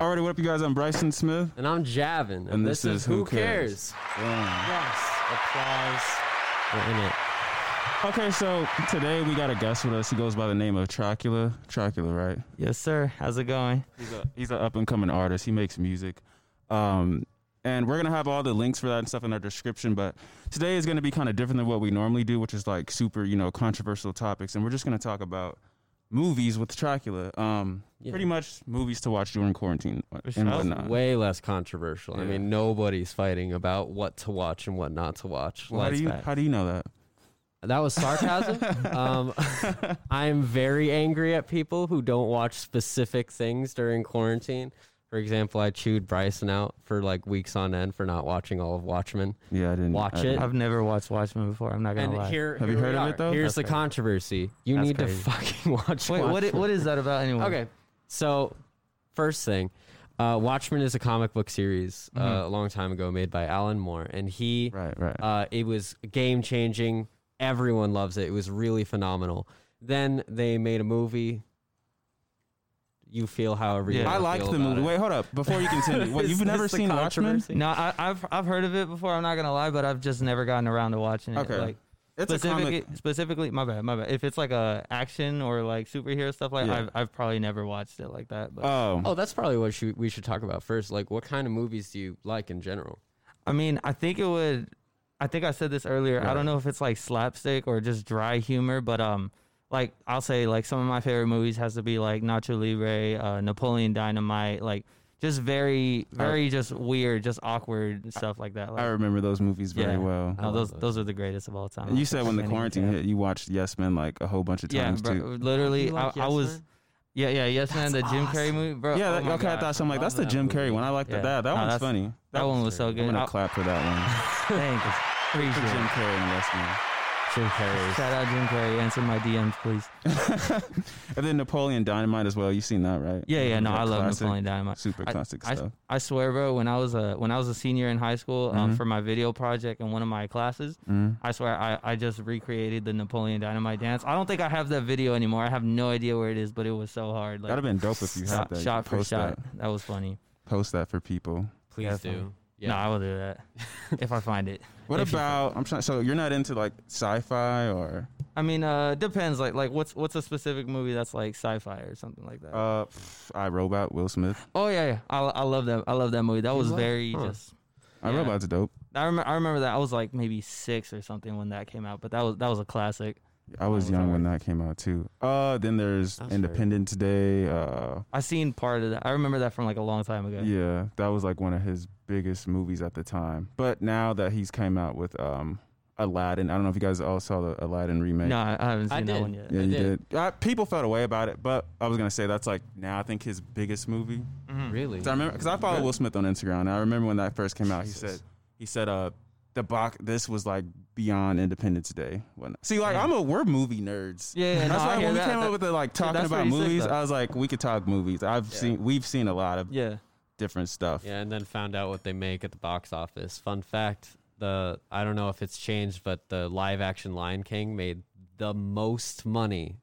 All right, what up, you guys? I'm Bryson Smith. And I'm Javin. And, this is Who Cares. Yes. Applause. We're in it. Okay, so today we got a guest with us. He goes by the name of Trocula. Trocula, right? Yes, sir. How's it going? He's a he's an up and coming artist. He makes music, um, and we're gonna have all the links for that and stuff in our description. But today is gonna be kind of different than what we normally do, which is like super you know controversial topics, and we're just gonna talk about movies with Trocula. Um, Yeah. pretty much movies to watch during quarantine and sure. whatnot. Way less controversial. I Yeah. mean, nobody's fighting about what to watch and what not to watch. Well, how do Like, you facts. how do you know that? that was sarcasm. um, I'm very angry at people who don't watch specific things during quarantine. For example, I chewed Bryson out for like weeks on end for not watching all of Watchmen. Yeah, I didn't Watch I didn't- it. I've never watched Watchmen before. I'm not gonna And lie. here, Have you here we heard of are. it, though? Here's That's the crazy. controversy. You That's need crazy. to fucking watch. Wait, what? i- Watchmen. What is that about anyway? Okay. So, first thing, uh, Watchmen is a comic book series uh, a long time ago made by Alan Moore, and he Right, right. uh, it was game changing. Everyone loves it. It was really phenomenal. Then they made a movie. You feel however you Yeah. wanna I liked feel the about movie. it. Wait, hold up. Before you continue, what Is you've never this the seen Watchmen? controversy? No, I, I've I've heard of it before. I'm not gonna lie, but I've just never gotten around to watching it. Okay. Like It's a specifically, comic. specifically, my bad, my bad. If it's like a action or like superhero stuff, like Yeah. I've I've probably never watched it like that. But Oh, Oh, that's probably what should, we should talk about first. Like, what kind of movies do you like in general? I mean, I think it would. I think I said this earlier. I don't know if it's like slapstick or just dry humor, but um, like I'll say like some of my favorite movies has to be like Nacho Libre, uh, Napoleon Dynamite, like just very, very just weird, just awkward stuff like that. Like, Oh, I remember those movies very yeah. well. I No, those love those are the greatest of all time. And you I'll said put when the them in quarantine here. hit, you watched Yes Men like a whole bunch of yeah, times bro, too. literally, You like I, I Yes was, Man? yeah, yeah, yes, man, the That's Jim Carrey movie, bro. Yeah, oh that, my okay. I God. thought something like that's the love Jim that Carrey movie. one. I like Yeah. that. That No, one's that's- funny. that one was so I'm good. gonna I- clap for that Thanks, one. For appreciate Jim it. Carrey and Yes Men. Jim Carrey's. Shout out Jim Carrey. Answer my DMs, please. And then Napoleon Dynamite as well. You've seen that, right? Yeah, yeah, no, I love classic, Napoleon Dynamite. Super I- classic I, stuff. I swear, bro. When I was a when I was a senior in high school um, Mhm. for my video project in one of my classes, Mm. I swear I, I just recreated the Napoleon Dynamite dance. I don't think I have that video anymore. I have no idea where it is, but it was so hard. Like That'd have been dope if you had shot, that. You shot could for post shot. That. That. was funny. Post that for people. Please Definitely. do. No, I will do that if I find it. What If you- about? I'm trying. So you're not into like sci-fi or? I mean, uh, depends. Like, like what's what's a specific movie that's like sci-fi or something like that? Uh, pff, I Robot, Will Smith. oh yeah, yeah. I, I love that. I love that movie. That was love- very huh. just. I Yeah. Robot's dope. I remember. I remember that. I was like maybe six or something when that came out. But that was that was a classic. I was, was young when that came out too. Uh, then there's That's very- Independence Day. Uh, I seen part of that. I remember that from like a long time ago. yeah, that was like one of his biggest movies at the time. But now that he's came out with um Aladdin, I don't know if you guys all saw the Aladdin remake. No, I I haven't I seen that did. one yet. Yeah, I you did. did. Uh, people felt away about it, but I was gonna say that's like now I think his biggest movie. Really? 'Cause I remember because I follow Will Smith on Instagram. And I remember when that first came out. He Jesus. said he said uh the box this was like beyond Independence Day. When see like I'm a we're movie nerds. Yeah, yeah, that's no, I why hear when we that. came up That- with the like Dude, talking that's about pretty sick, movies, though. I was like, we could talk movies. I've seen we've seen a lot of Yeah. different stuff. Yeah, and then found out what they make at the box office. Fun fact: the I don't know if it's changed, but the live-action Lion King made the most money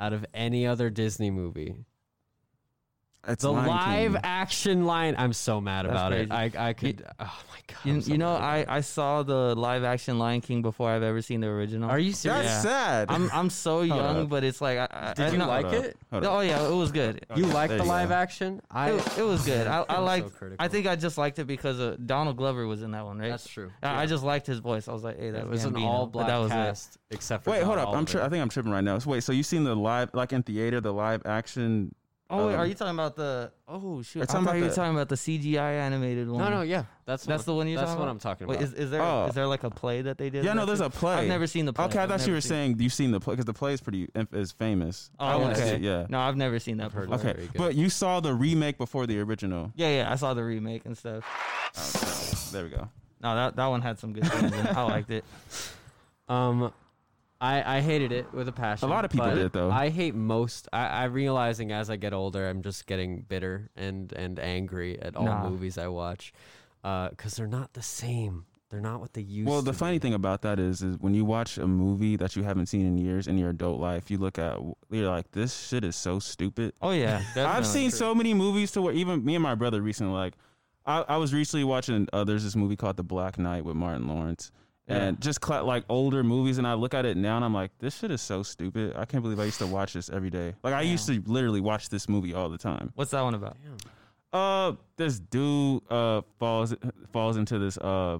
out of any other Disney movie. It's The Lion King. live-action Lion. I'm so mad That's about it. crazy. I I could. oh my god. You, I'm so you know, mad. I, I saw the live action Lion King before I've ever seen the original. Are you That's serious? Yeah. sad. I'm I'm so young, up. but it's like I, I, Did I you no, like Hold up, it? hold up. Oh yeah, it was good. Okay, You like there the go. live action? I. It, it was good. I, I so liked. I critical. think I just liked it because uh, Donald Glover was in that one, right? That's true. I, I just liked his voice. I was like, hey, that It was an all-black that was it. cast except for. Wait, John hold up. I'm Oliver. tri- I think I'm tripping right now. So wait, so you seen the live like in theater the live action? Oh, wait, Um, are you talking about the? Oh shoot, We're I talking thought about you were the- talking about the CGI animated one. No, no, yeah, that's That's the one you're That's talking what about? I'm talking about. Wait, is, is there is Oh. there like a play that they did? Yeah, no, that there's too? a play. I've never seen the play. Okay, I I've thought never you were seen- saying you've seen the play because the play is pretty inf- is famous. Oh, I want to okay. see it. Yeah. No, I've never seen that. I've heard before. of it. Okay, Very good. but you saw the remake before the original. Yeah, yeah, I saw the remake and stuff. There we go. No, that that one had some good things. in it. I liked it. Um, I I hated it with a passion. A lot of people but did, though. I hate most. I, I realizing as I get older, I'm just getting bitter and and angry at all Nah. movies I watch, because they're uh, not the same. They're not what they used. Well, the to funny be. thing about that is, is when you watch a movie that you haven't seen in years in your adult life, you look at you're like, this shit is so stupid. Oh yeah, I've definitely. seen so many movies to where even me and my brother recently, like, I, I was recently watching. Uh, there's this movie called The Black Knight with Martin Lawrence, and just cla like older movies. And I look at it now, and I'm like, this shit is so stupid. I can't believe I used to watch this every day. Like I used to literally watch this movie all the time. What's that one about? Uh, this dude uh falls falls into this uh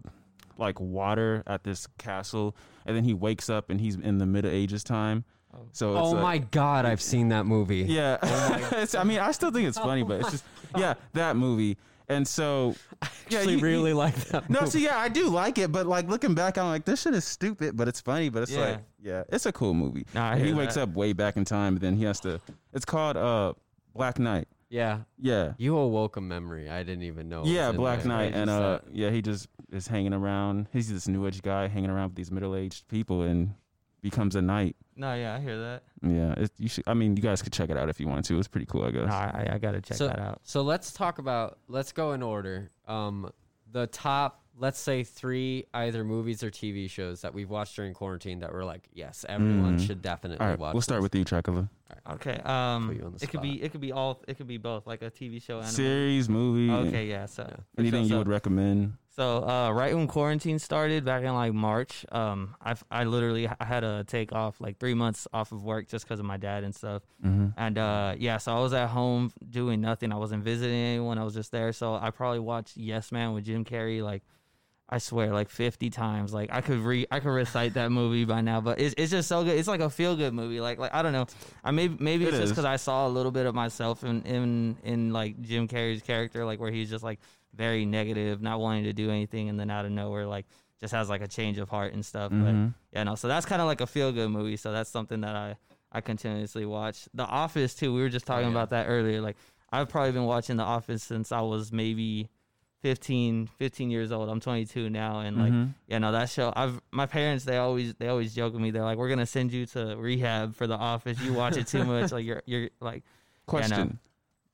like water at this castle, and then he wakes up and he's in the Middle Ages time. So it's Oh like- my god, I've seen that movie. yeah. It's- I mean, I still think it's funny, but it's just, yeah, that movie. And so, yeah, actually you- you- really like that. no, movie. see, yeah, I do like it, but like looking back, I'm like, this shit is stupid, but it's funny, but it's Yeah. like, yeah, it's a cool movie. Nah, I And he hear wakes that. up way back in time, and then he has to. It's called uh Black Knight. yeah, Yeah, you awoke a memory I didn't even Oh, know. was yeah, in Black there. Knight, I and just uh, thought- yeah, he just is hanging around. He's this new age guy hanging around with these middle aged people, and becomes a knight. No, yeah, I hear that. Yeah, it, you should. I mean, you guys could check it out if you want to. It's pretty cool, I guess. Nah, I, I gotta check So- that out. So let's talk about. Let's go in order. Um, the top, let's say three either movies or TV shows that we've watched during quarantine that were like, yes, everyone Mm. should definitely All right, watch. we'll start this. with you, Dracula. Okay. Put you on Um, the it could be it could be all it could be both like a TV show and a movie. series, movie, Oh, Okay, yeah. So Yeah. for anything sure, you so- would recommend. So uh, right when quarantine started back in like March, um, I I literally I had to take off like three months off of work just because of my dad and stuff. And uh, yeah, so I was at home doing nothing. I wasn't visiting anyone. I was just there. So I probably watched Yes Man with Jim Carrey like I swear like fifty times. Like I could re I could recite that movie by now. But it's, it's just so good. It's like a feel good movie. Like like I don't know. I may maybe It it's just is. because I saw a little bit of myself in in in like Jim Carrey's character, like where he's just like very negative, not wanting to do anything, and then out of nowhere like just has like a change of heart and stuff. Mhm. But yeah, no. So that's kind of like a feel good movie. So that's something that I I continuously watch. The Office too. We were just talking yeah. about that earlier. Like I've probably been watching The Office since I was maybe 15, 15 years old. I'm 22 now, and like Mhm. yeah, no, that show. I've my parents they always they always joke with me. They're like, "We're gonna send you to rehab for The Office. You watch it too much. Like you're you're like Question: uh,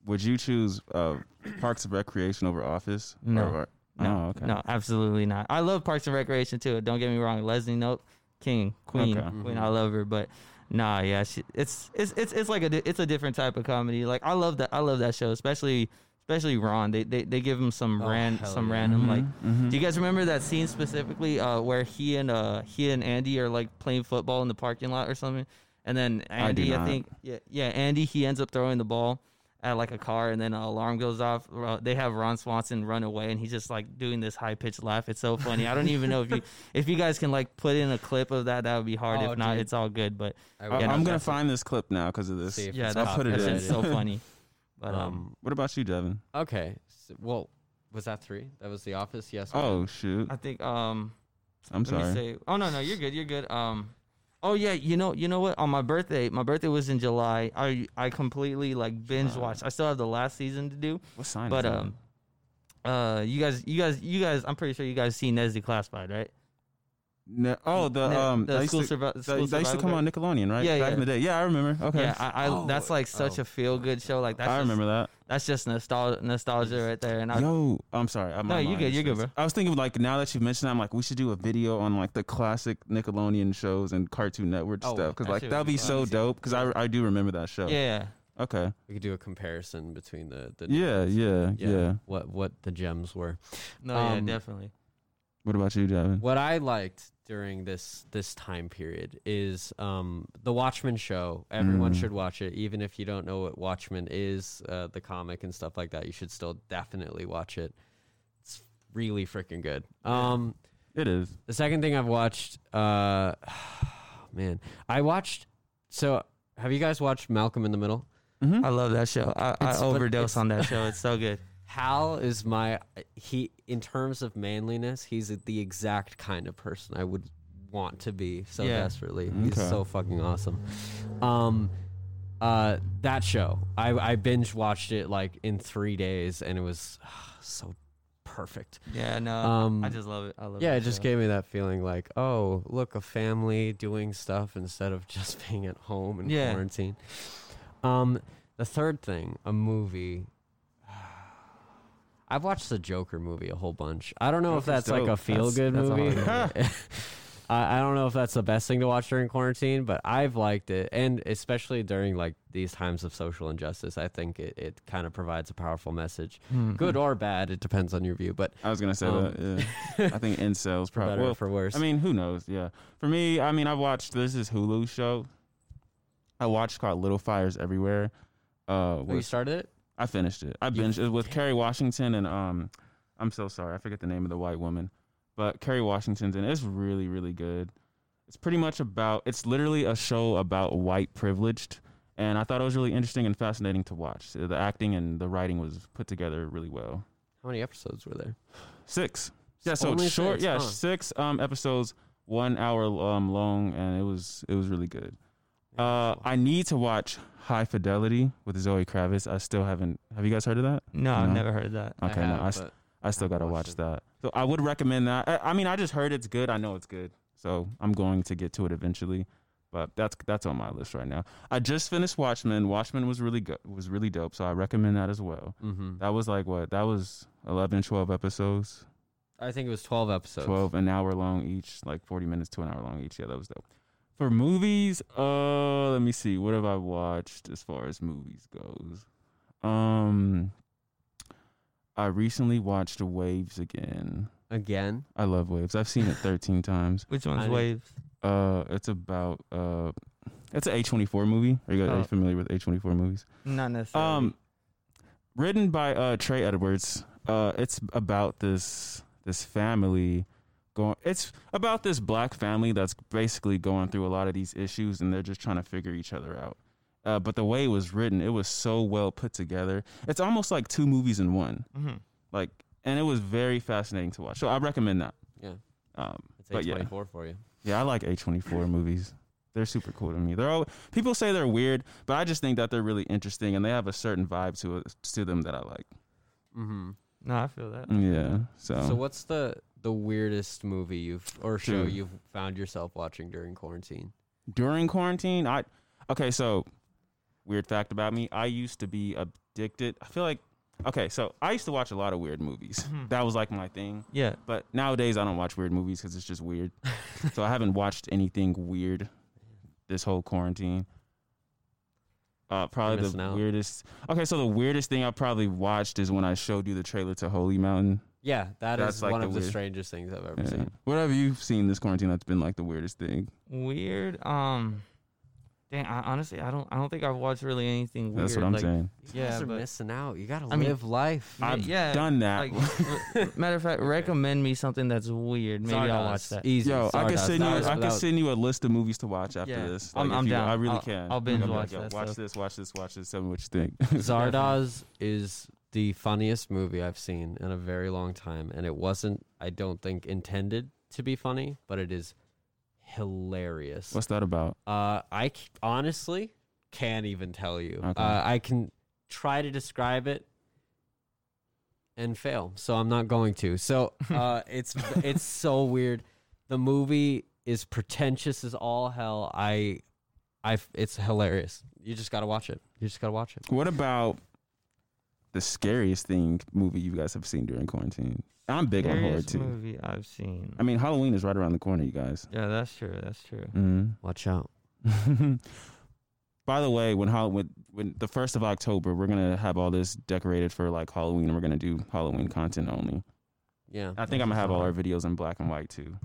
Would you choose uh, Parks and Recreation over Office? No. Or- or- no, oh, okay. no, absolutely not. I love Parks and Recreation too. Don't get me wrong, Leslie Nope, King, Queen, Okay. Mm-hmm. Queen. I love her, but nah, yeah, she, it's it's it's it's like a di- it's a different type of comedy. Like I love that I love that show, especially especially Ron. They they, they give him some Oh, ran hell some yeah. random like Mhm. Do you guys remember that scene specifically uh, where he and uh, he and Andy are like playing football in the parking lot or something? And then I do Andy, I, not. think, yeah, yeah, Andy, he ends up throwing the ball at like a car, and then an alarm goes off. Uh, They have Ron Swanson run away, and he's just like doing this high pitched laugh. It's so funny. I don't even know if you if you guys can like put in a clip of that. That would be hard. Oh, if not, dude. it's all good. but I I, would- am gonna that's- find this clip now because of this. See if yeah, it's that's, I'll put it that's in. just so funny. But um, um, What about you, Devin? okay. So, well, was that three? That was The Office. Yes. Oh shoot! I think um, I'm Let sorry. me say. Oh no, no, you're good. You're good. Um, oh yeah, you know, you know what? On my birthday, my birthday was in July. I I completely like binge watched. I still have the last season to do, What sign? is but that? um, uh, you guys, you guys, you guys. I'm pretty sure you guys seen Nesdy Classified, right? No- oh, the Ne- um, the they school, used to, survi- they, school they used to survival come guy. on Nickelodeon, right? Yeah, back in yeah. the day. Yeah, I remember. Okay, Yeah, I, I Oh, that's like such oh. a feel good show. Like that's I remember that. Just, that's just nostalgia, nostalgia right there. And I, Yo, I'm sorry. I, my No, you mind good, is you good, frozen. I was thinking like now that you've mentioned, it, I'm like we should do a video on like the classic Nickelodeon shows and Cartoon Network Oh, stuff because that like shit that'd would be be so fun. dope because I I do remember that show. yeah, Okay. We could do a comparison between the the. new Yeah, ones. yeah, yeah, What what the gems were. no, Um, yeah, definitely. What about you, Devin? What I liked during this this time period is um, the Watchmen show. Everyone Mm. should watch it, even if you don't know what Watchmen is, uh, the comic and stuff like that. You should still definitely watch it. It's really freaking good. Um, It is. the second thing I've watched, uh, man, I watched. So, have you guys watched Malcolm in the Middle? Mm-hmm. I love that show. I, I It's- but overdose it's- on that show. It's so good. Hal is my he in terms of manliness, he's the exact kind of person I would want to be so Yeah. desperately. He's Okay. so fucking awesome. Um uh that show. I I binge watched it like in 3 days and it was so perfect. Yeah, no, Um, Uh, I just love it. I love. Yeah, that it just show. gave me that feeling like, oh, look, a family doing stuff instead of just being at home in Yeah. quarantine. Um, the third thing, a movie. I've watched the Joker movie a whole bunch. I don't know if Joker's that's like dope. a feel good That's- that's a movie. hard I, I don't know if that's the best thing to watch during quarantine, but I've liked it, and especially during like these times of social injustice, I think it, it kind of provides a powerful message, Hmm. good or bad. It depends on your view, but I was gonna say Oh. Um, that. Yeah. I think incels for probably. better well, or for worse. I mean, who knows? Yeah. For me, I mean, I watched this is Hulu show. I watched called Little Fires Everywhere. Uh, Oh, you with, started it. I finished it. I You- binged it with Kerry Washington and um, I'm so sorry, I forget the name of the white woman, but Kerry Washington's in. it. It's really, really good. It's pretty much about. It's literally a show about white privileged, and I thought it was really interesting and fascinating to watch. The acting and the writing was put together really well. How many episodes were there? Six. Yeah, so Only it's short. six, yeah, huh. six um episodes, one hour um long, and it was it was really good. Uh, I need to watch High Fidelity with Zoe Kravitz. I still haven't. Have you guys heard of that? No, I've No. never heard of that. I Okay, have, no, I, s- but I still gotta haven't watch watched it. that. So I would recommend that. I, I mean, I just heard it's good. I know it's good, so I'm going to get to it eventually. But that's that's on my list right now. I just finished Watchmen. Watchmen was really good. Was really dope. So I recommend that as well. mhm. That was like what? That was 11, 12 episodes. I think it was twelve episodes. 12 an hour long each like 40 minutes to an hour long each yeah that was dope for movies uh let me see what have i watched as far as movies goes um i recently watched waves again again. i love waves i've seen it 13 times Which I one's didn't- Waves? uh it's about uh it's an a24 movie are you guys are you Oh. familiar with a24 movies Not necessarily. um, written by uh, Trey Edwards. Uh, it's about this this family going. It's about this black family that's basically going through a lot of these issues, and they're just trying to figure each other out. Uh, but the way it was written, it was so well put together. It's almost like two movies in one. Mm-hmm. Mhm. Like, and it was very fascinating to watch. So I recommend that. Yeah, Um, it's But eight yeah. twenty four for you. yeah, I like A24 movies. They're super cool to me. They're all people say they're weird, but I just think that they're really interesting and they have a certain vibe to it, to them that I like. Mm-hmm. no, I feel that. Yeah. So, So what's the the weirdest movie you've or show Dude. you've found yourself watching during quarantine? during quarantine, I okay, so weird fact about me, I used to be addicted. I feel like okay, so I used to watch a lot of weird movies. Mhm. That was like my thing. Yeah. But nowadays I don't watch weird movies cuz it's just weird. so I haven't watched anything weird this whole quarantine. Uh, probably missing the out. weirdest. Okay, so the weirdest thing I probably watched is when I showed you the trailer to Holy Mountain. Yeah, that's That's like one the of the weird- strangest things I've ever Yeah. seen. What have you seen this quarantine that's been like the weirdest thing? Weird. Um. Dang. I, honestly, I don't. I don't think I've watched really anything weird. That's what I'm like, saying. You guys Yeah, are but- missing out. You gotta I mean- live life. I- I've yeah, done that. Like, r- matter of fact, recommend me something that's weird. Maybe I'll watch Stardust. that. Easy. Yo, I can Stardust. send you. That was- I that can was- send you a list of movies to watch after Yeah. this. I'm- if I'm you- down. I really I'll- can. I'll binge be watch Yo, that watch stuff. this. Watch this. Watch this. Tell me what you think. Zardoz is the funniest movie I've seen in a very long time, and it wasn't, I don't think, intended to be funny, but it is hilarious. What's that about? Uh, I c- honestly can't even tell you. Okay. Uh, I can try to describe it and fail, so I'm not going to. So uh, it's it's so weird. The movie is pretentious as all hell. I, I, it's hilarious. You just gotta watch it. You just gotta watch it. What about the scariest thing movie you guys have seen during quarantine? I'm big on horror Scariest too. movie I've seen. I mean, Halloween is right around the corner, you guys. yeah, that's true. That's true. Mm. Watch out. Mm-hmm. By the way, when Hall- when when the first of October, we're gonna have all this decorated for like Halloween. and We're gonna do Halloween content only. Yeah, I think I'm gonna have all our videos in black and white too.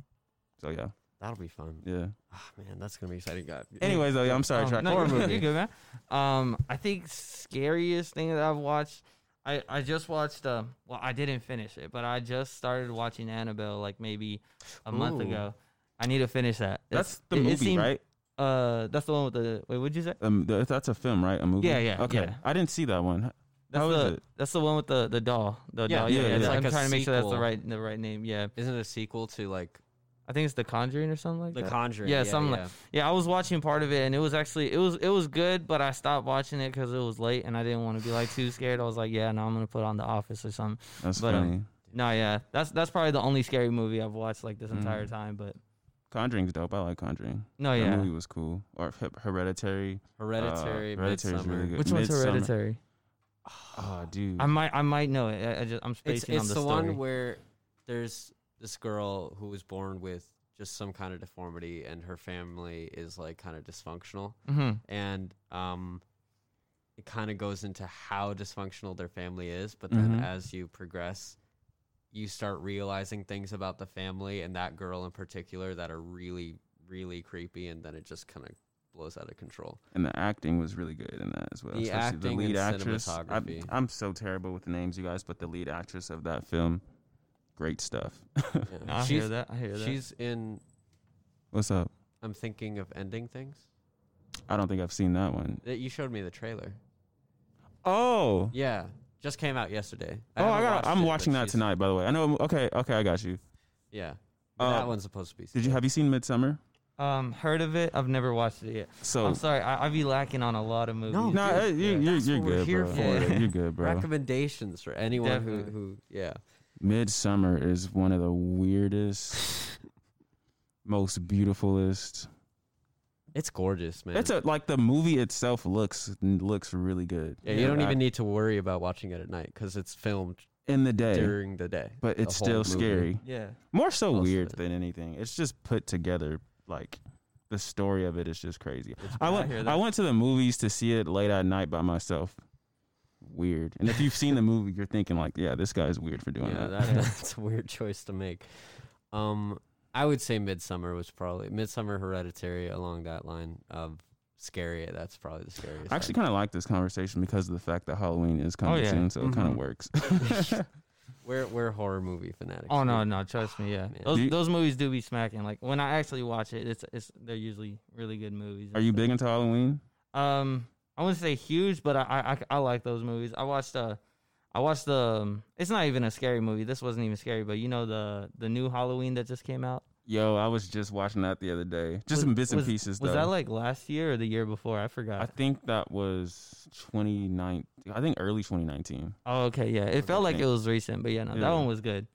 So yeah, that'll be fun. yeah. Ah, man, that's gonna be exciting. God. Anyways, though, yeah, I'm sorry. Oh, Track. no, horror you're- movie. You're good, man. Um, I think scariest thing that I've watched. I, I just watched uh well I didn't finish it but I just started watching Annabelle like maybe a month Ooh. ago. I need to finish that. That's It's- the it- it movie, seemed- right? Uh, that's the one with the wait. What'd you say? Um, th- that's a film, right? A movie. Yeah, yeah, Okay, yeah. I didn't see that one. That's How is the it? that's the one with the the doll. The Yeah, doll. yeah, yeah. I'm Like a trying to make sure that's the sequel. right the right name. Yeah, Isn't it a sequel to like I think it's The Conjuring or something like The that. Conjuring? Yeah, something like- yeah. Yeah, I was watching part of it, and it was actually it was it was good, but I stopped watching it because it was late, and I didn't want to be like too scared. I was like, yeah, no, I'm gonna put on The Office or something. That's But, um, funny. No, yeah, that's that's probably the only scary movie I've watched like this Mhm. entire time. But Conjuring's dope. I like Conjuring. no, Oh, that yeah, movie was cool. Or He- Hereditary. Hereditary, Hereditary's really Uh, Midsummer. good. which one's Midsummer. Hereditary? Oh, dude. I might I might know it. I, I just I'm It's, spacing it's on the, the, story. one where there's this girl who was born with just some kind of deformity, and her family is like kind of dysfunctional, Mhm. and um, it kind of goes into how dysfunctional their family is. But then Mhm. as you progress, you start realizing things about the family and that girl in particular that are really, really creepy, and then it just kind of blows out of control. and the acting was really good in that as well. The especially acting and I'm, cinematography. I'm so terrible with names, you guys, but the lead actress of that film, great stuff. Yeah. I she's hear that. I hear that. she's in. What's up? I'm thinking of ending things. I don't think I've seen that one. That you showed me the trailer. Oh, Yeah, just came out yesterday. oh, I haven't got. watched I'm it, but watching that she's- tonight. By the way, I know. Okay, okay, I got you. Yeah, Uh, that one's supposed to be. Did you have you seen Midsummer? um heard of it. I've never watched it yet. So I'm sorry. I, I be lacking on a lot of movies. No, no, dude, eh, you, yeah. you're, That's you're what we're good, here bro. for. Yeah, You're good, bro. recommendations for anyone who, Definitely. who yeah Midsummer is one of the weirdest, most beautifulest. it's gorgeous man It's a like the movie itself looks looks really good. yeah, you don't I- even need to worry about watching it at night because it's filmed in the day. during the day but the it's whole still movie. scary. Yeah. More so Most of weird it. than anything. It's just put together like the story of it is just crazy. I I went hear I, that. went to the movies to see it late at night by myself. Weird. And if you've seen the movie, you're thinking like, yeah, this guy's weird for doing yeah that. that- that's a weird choice to make um i would say midsummer was probably midsummer hereditary along that line of scary that's probably the scariest I actually one. kind of like this conversation because of the fact that Halloween Oh, is coming yeah. soon, so it kind Mhm. of works. we're we're horror movie fanatics Oh no, dude. no, trust me, yeah. man. Those Do you- those movies do be smacking. Like when I actually watch it, it's it's they're usually really good movies. and Are you stuff. big into Halloween? Um, I wouldn't say huge, but I I, I- I like those movies. I watched uh, I watched the. Um, it's not even a scary movie. This wasn't even scary, but you know the the new Halloween that just came out. Yo, I was just watching that the other day. Just Was- in bits and was- pieces Was though. that like last year or the year before? I I forgot. think that was 2019. I think early 2019. oh, okay, yeah. It I felt like think. it was recent, but yeah, no, Yeah. that one was good.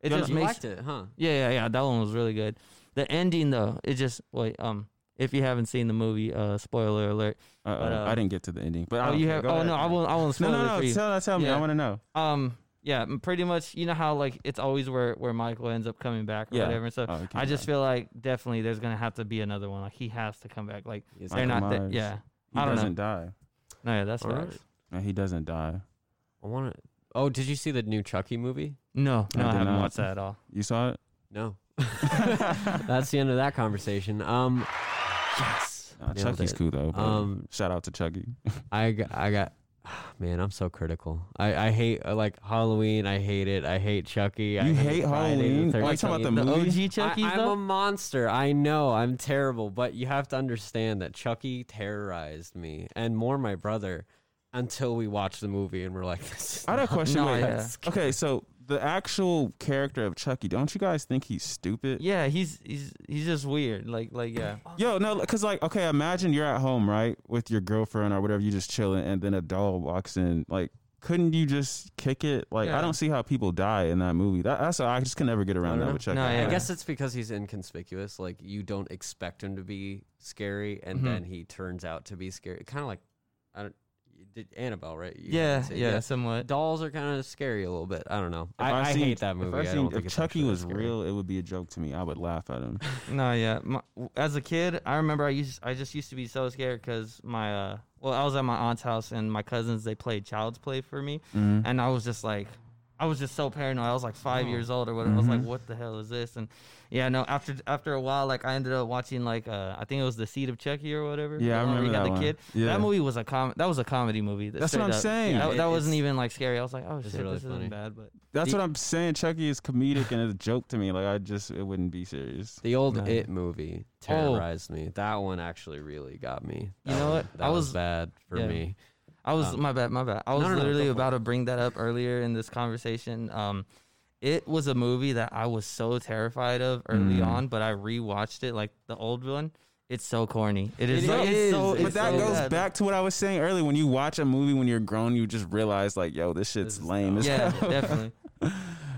It You just you makes liked it huh Yeah, yeah, yeah. That one was really good. The ending though, it just wait. Um, if you haven't seen the movie, uh, spoiler alert. Uh, But, uh, I didn't get to the ending. But I Oh, don't you care. have. Go Oh ahead. no, I won't. I won't spoil No, no, it for no. you. Tell, tell me. Yeah. I want to know. um, yeah, m- pretty much. You know how like it's always where where Michael ends up coming back or Yeah. whatever. So Oh, okay. I just feel like definitely there's gonna have to be another one. Like he has to come back. Like Is Michael they're not. Th- Myers. yeah. he I don't know. doesn't die. No, yeah, that's All right. facts. No, he doesn't die. I want to. Oh, did you see the new Chucky movie? No, I no, I, did haven't not. watched that at all. You saw it? No. That's the end of that conversation. Um, yes. Uh, Nailed Chucky's it. cool though. bro. Um, Shout out to Chucky. I got, I got, man, I'm so critical. I, I hate, uh, like, Halloween. I hate it. I hate Chucky. I You hate Friday the Halloween? Are you 13th. talking about The Movie? OG Chucky's I, I'm though. a monster. I know I'm terrible, but you have to understand that Chucky terrorized me and more my brother until we watched the movie and we're like, this is I had a question. no, wait. yeah. Okay, so the actual character of Chucky, don't you guys think he's stupid? yeah, he's he's he's just weird. Like like yeah. Yo, no, because like, okay, imagine you're at home, right, with your girlfriend or whatever, you just chilling, and then a doll walks in. Like, couldn't you just kick it? Like, Yeah. I don't see how people die in that movie. That, that's I just can never get around don't that know. with Chucky. No, I yeah. guess it's because he's inconspicuous. Like you don't expect him to be scary, and Mm-hmm. Mhm. then he turns out to be scary. Kind of like I don't you did Annabelle, right? You Yeah, haven't seen- yeah, somewhat. Dolls are kind of scary a little bit. I don't If know. I, I, seen- hate that movie. If, I I seen- don't if think it's Chucky actually was scary. real, it would be a joke to me. I would laugh at him. No, yeah. My, w- as a kid, I remember I used I just used to be so scared because my uh, well, I was at my aunt's house and my cousins they played Child's Play for me, Mm-hmm. and I was just like, I was just so paranoid. I was like five Oh. years old or whatever. I was Mm-hmm. like, what the hell is this? And yeah, no. After after a while, like I ended up watching like uh, I think it was The Seed of Chucky or whatever. Yeah, I the one where remember he got that the one. Kid. Yeah. That movie was a com. That was a comedy movie. That's what straight I'm up- saying. That, Yeah, that it- wasn't it's- even like scary. I was like, oh it's shit, really this funny. isn't bad. But That's The- what I'm saying. Chucky is comedic and it's a joke to me. Like I just, it wouldn't be serious. The old No. It movie terrorized me. That one actually really got me. You That know one- what? That I was, was- bad for yeah. me. I was Um, my bad, my bad. I was no, no, no, literally go for about to bring that up earlier in this conversation. Um, it was a movie that I was so terrified of early Mm. on, but I rewatched it like the old one. It's so corny. It is. It like- is. It's so, But But it's that so goes bad. back to what I was saying earlier. When you watch a movie when you're grown, you just realize like, yo, this shit's This is lame. as Yeah, hell. definitely.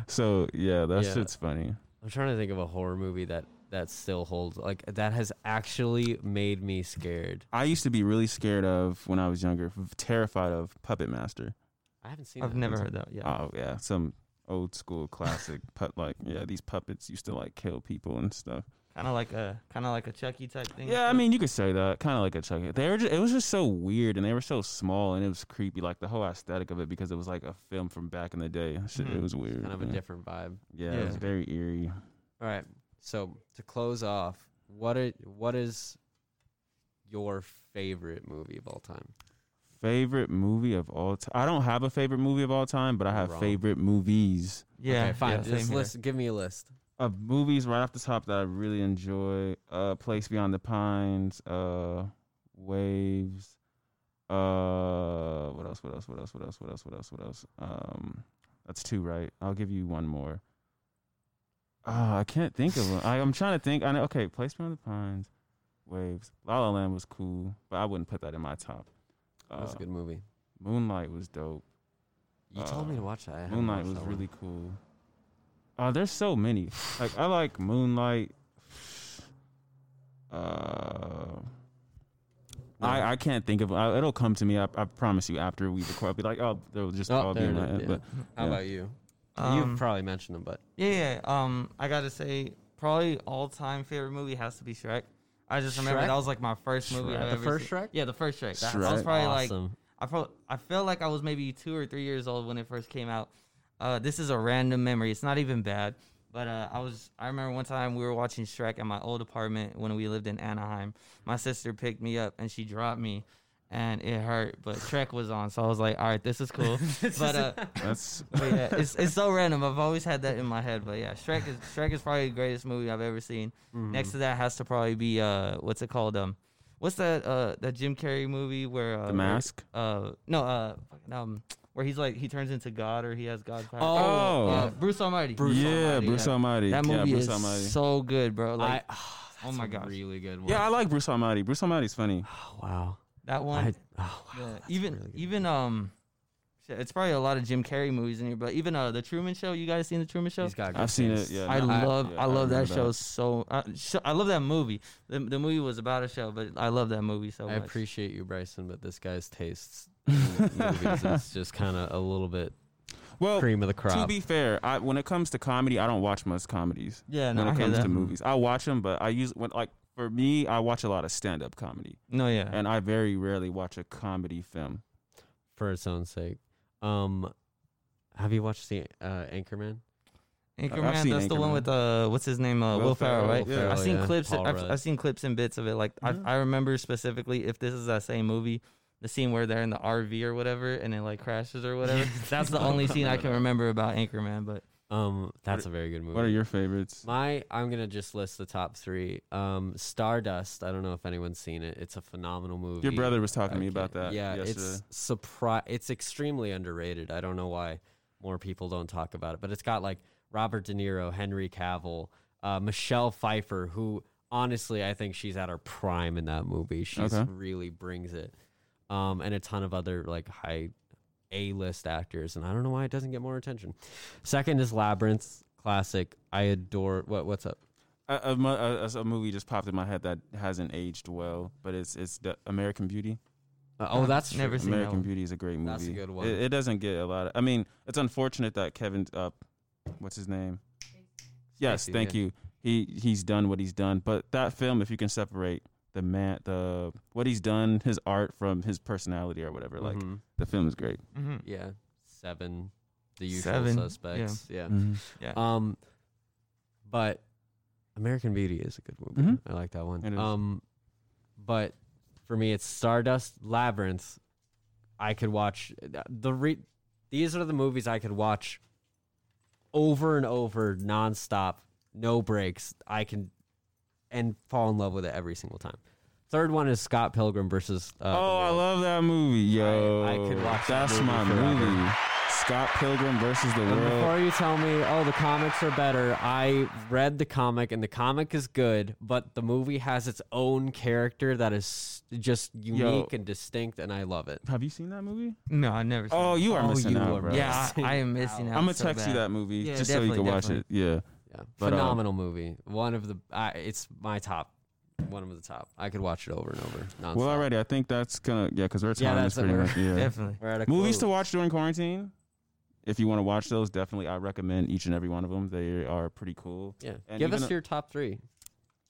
So yeah, that Yeah. shit's funny. I'm trying to think of a horror movie that that still holds like that has actually made me scared. I used to be really scared of when I was younger, f- terrified of Puppet Master. I haven't seen. I've that. never heard that. Yeah. Oh yeah, some old school classic put like yeah, these puppets used to like kill people and stuff. Kind of like a kind of like a Chucky type thing. Yeah, I mean you could say that. Kind of like a Chucky. They were just, it was just so weird and they were so small and it was creepy like the whole aesthetic of it because it was like a film from back in the day. Shit, It Mhm. was weird. Hmm, Kind of a yeah. different vibe. Yeah, it was Yeah. very eerie. All right. So to close off, what are, what is your favorite movie of all time? Favorite movie of all time. I don't have a favorite movie of all time, but I have Wrong. favorite movies. yeah. Okay, fine. yeah, same just here. list. Give me a list. of movies right off the top that I really enjoy. Uh Place Beyond the Pines, uh Waves, uh what else, what else, what else, what else, what else, what else, what else? Um that's two, right? I'll give you one more. Ah, I can't think of one. I, I'm trying to think. I know okay, Place Beyond the Pines, Waves. La La Land was cool, but I wouldn't put that in my top. That's Uh, a good movie. Moonlight was dope. You told me uh, to watch that. I haven't Moonlight watched was that one. really cool. Uh, there's so many. Like I like Moonlight. Uh, Yeah. I I can't think of. I, it'll come to me. I, I promise you. After we record, I'll be like, oh, there was just Oh, all be there in it my is, head. yeah. But How yeah. about you? Um, You've probably mentioned him, but Yeah, yeah. Um, I gotta say, probably all time favorite movie has to be Shrek. I just remember Shrek? that was like my first movie. Shrek. I've The ever first seen. Shrek? Yeah, the first Shrek. That, that was Shrek. probably like awesome. I felt I felt like I was maybe two or three years old when it first came out. Uh, this is a random memory. It's not even bad, but uh, I was I remember one time we were watching Shrek at my old apartment when we lived in Anaheim. My sister picked me up and she dropped me, and it hurt. But Shrek was on, so I was like, all right, this is cool. but uh, that's but yeah, it's it's so random. I've always had that in my head. But yeah, Shrek is Shrek is probably the greatest movie I've ever seen. Next to that has to probably be uh, what's it called? Um, what's that uh that Jim Carrey movie where uh, the mask. uh, no, uh, fucking, um, where he's like he turns into God or he has God's power. Oh, uh, Bruce Almighty. Bruce yeah, Almighty, Bruce yeah. Almighty. That movie yeah, Bruce is Almighty. so good, bro. Like I, oh that's my a gosh. really good one. yeah, I like Bruce Almighty. Bruce Almighty's funny. Oh, wow. that one. I, oh, wow. Yeah, that's a even really good even um, shit, it's probably a lot of Jim Carrey movies in here, but even uh, the Truman Show. You guys seen the Truman Show? He's got. I've seen it. Yeah, I no, love yeah, I love that remember show so I, sh- I love that movie. The, the movie was about a show, but I love that movie so I much. appreciate you, Bryson, but this guy's tastes in movies is just kind of a little bit Well, cream of the crop. Oh, to be fair, I, when it comes to comedy, I don't watch much comedies. yeah, no, when I it hear comes that. to movies. I watch them, but I use when like for me, I watch a lot of stand up comedy, No, yeah, and I very rarely watch a comedy film. for its own sake. Um, have you watched the uh, Anchorman? I've Anchorman. seen That's the one Anchorman. with uh, what's his name? Uh, Will Will, Ferrell, Ferrell, right? yeah. I've seen Ferrell, yeah. clips. uh, Paul I've, Rudd. I've seen clips and bits of it. Like Mhm. I, I remember specifically if this is that same movie, the scene where they're in the RV or whatever, and it like crashes or whatever. That's the only scene I can remember about Anchorman. But Um, that's a very good movie. What are your favorites? My, I'm gonna just list the top three. Um, Stardust. I don't know if anyone's seen it. It's a phenomenal movie. Your brother was talking to I me about can't- that. Yeah, yesterday. it's surpri- It's extremely underrated. I don't know why more people don't talk about it, but it's got like Robert De Niro, Henry Cavill, uh, Michelle Pfeiffer, who honestly I think she's at her prime in that movie. She Okay. really brings it, um, and a ton of other like high A list actors, and I don't know why it doesn't get more attention. Second is Labyrinth, classic. I adore. What what's up? a, a, mo- a- a- a movie just popped in my head that hasn't aged well, but it's it's the American Beauty. Uh, oh, Uh, that's never never. seen that American one. Beauty is a great movie. That's a good one. It, it doesn't get a lot. Of, I mean, it's unfortunate that Kevin up, what's his name? Yes, Spacey, thank yeah. you. He he's done what he's done, but that film, if you can separate the man, the what he's done, his art from his personality or whatever, like Mhm. the film is great. mhm. yeah, seven, the usual Seven, yeah. suspects. Yeah. Mm. Mm-hmm. yeah, Um, but American Beauty is a good movie. Mhm. I like that one. It is. Um, but for me, it's Stardust, Labyrinth. I could watch the re. These are the movies I could watch over and over, nonstop, no breaks. I can and fall in love with it every single time. Third one is Scott Pilgrim versus. Uh, The oh, I World. love that movie, yo! I- I could watch that That's movie my forever. movie. Scott Pilgrim versus the And World. before you tell me, oh, the comics are better, I read the comic and the comic is good, but the movie has its own character that is just unique and distinct, and I love it. Have you seen that movie? no, I never. Seen Oh, it. you are Oh, missing you out, are bro. missing yeah, I, I am missing out. I'm gonna so text you bad. that movie Yeah, just so you definitely, can watch it. Yeah, Yeah. But, uh, Phenomenal movie. One of the, I it's my top one of the top. I could watch it over and over. Nonstop. Well, already I think that's gonna yeah, because our Yeah, time is that's it. pretty much yeah. Definitely. We're at a Movies to close. watch during quarantine. If you want to watch those, definitely I recommend each and every one of them. They are pretty cool. Yeah, And give even us a- your top three.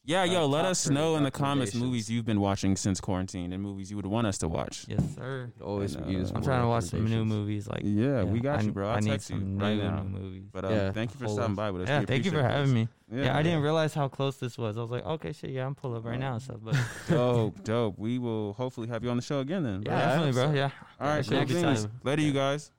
Yeah, yo, Uh, let top us three know in the comments recommendations. movies you've been watching since quarantine and movies you would want us to watch. Yes, sir. It Always And, uh, use. I'm I'm more trying to watch some new recommendations. movies. Like, Yeah, we got I- you, bro. I'll I need text you some right new now. movies. But um, Yeah, thank you for full stopping list. by with us. yeah, We thank you for appreciate having this. me. Yeah, I didn't man. realize how close this was. I was like, okay, shit, yeah, I'm pull up right now. So, but dope, dope. We will hopefully have you on the show again then. bro. Yeah, definitely, bro. absolutely. Yeah. All right, sure. cool Next beans. time. Later, you guys.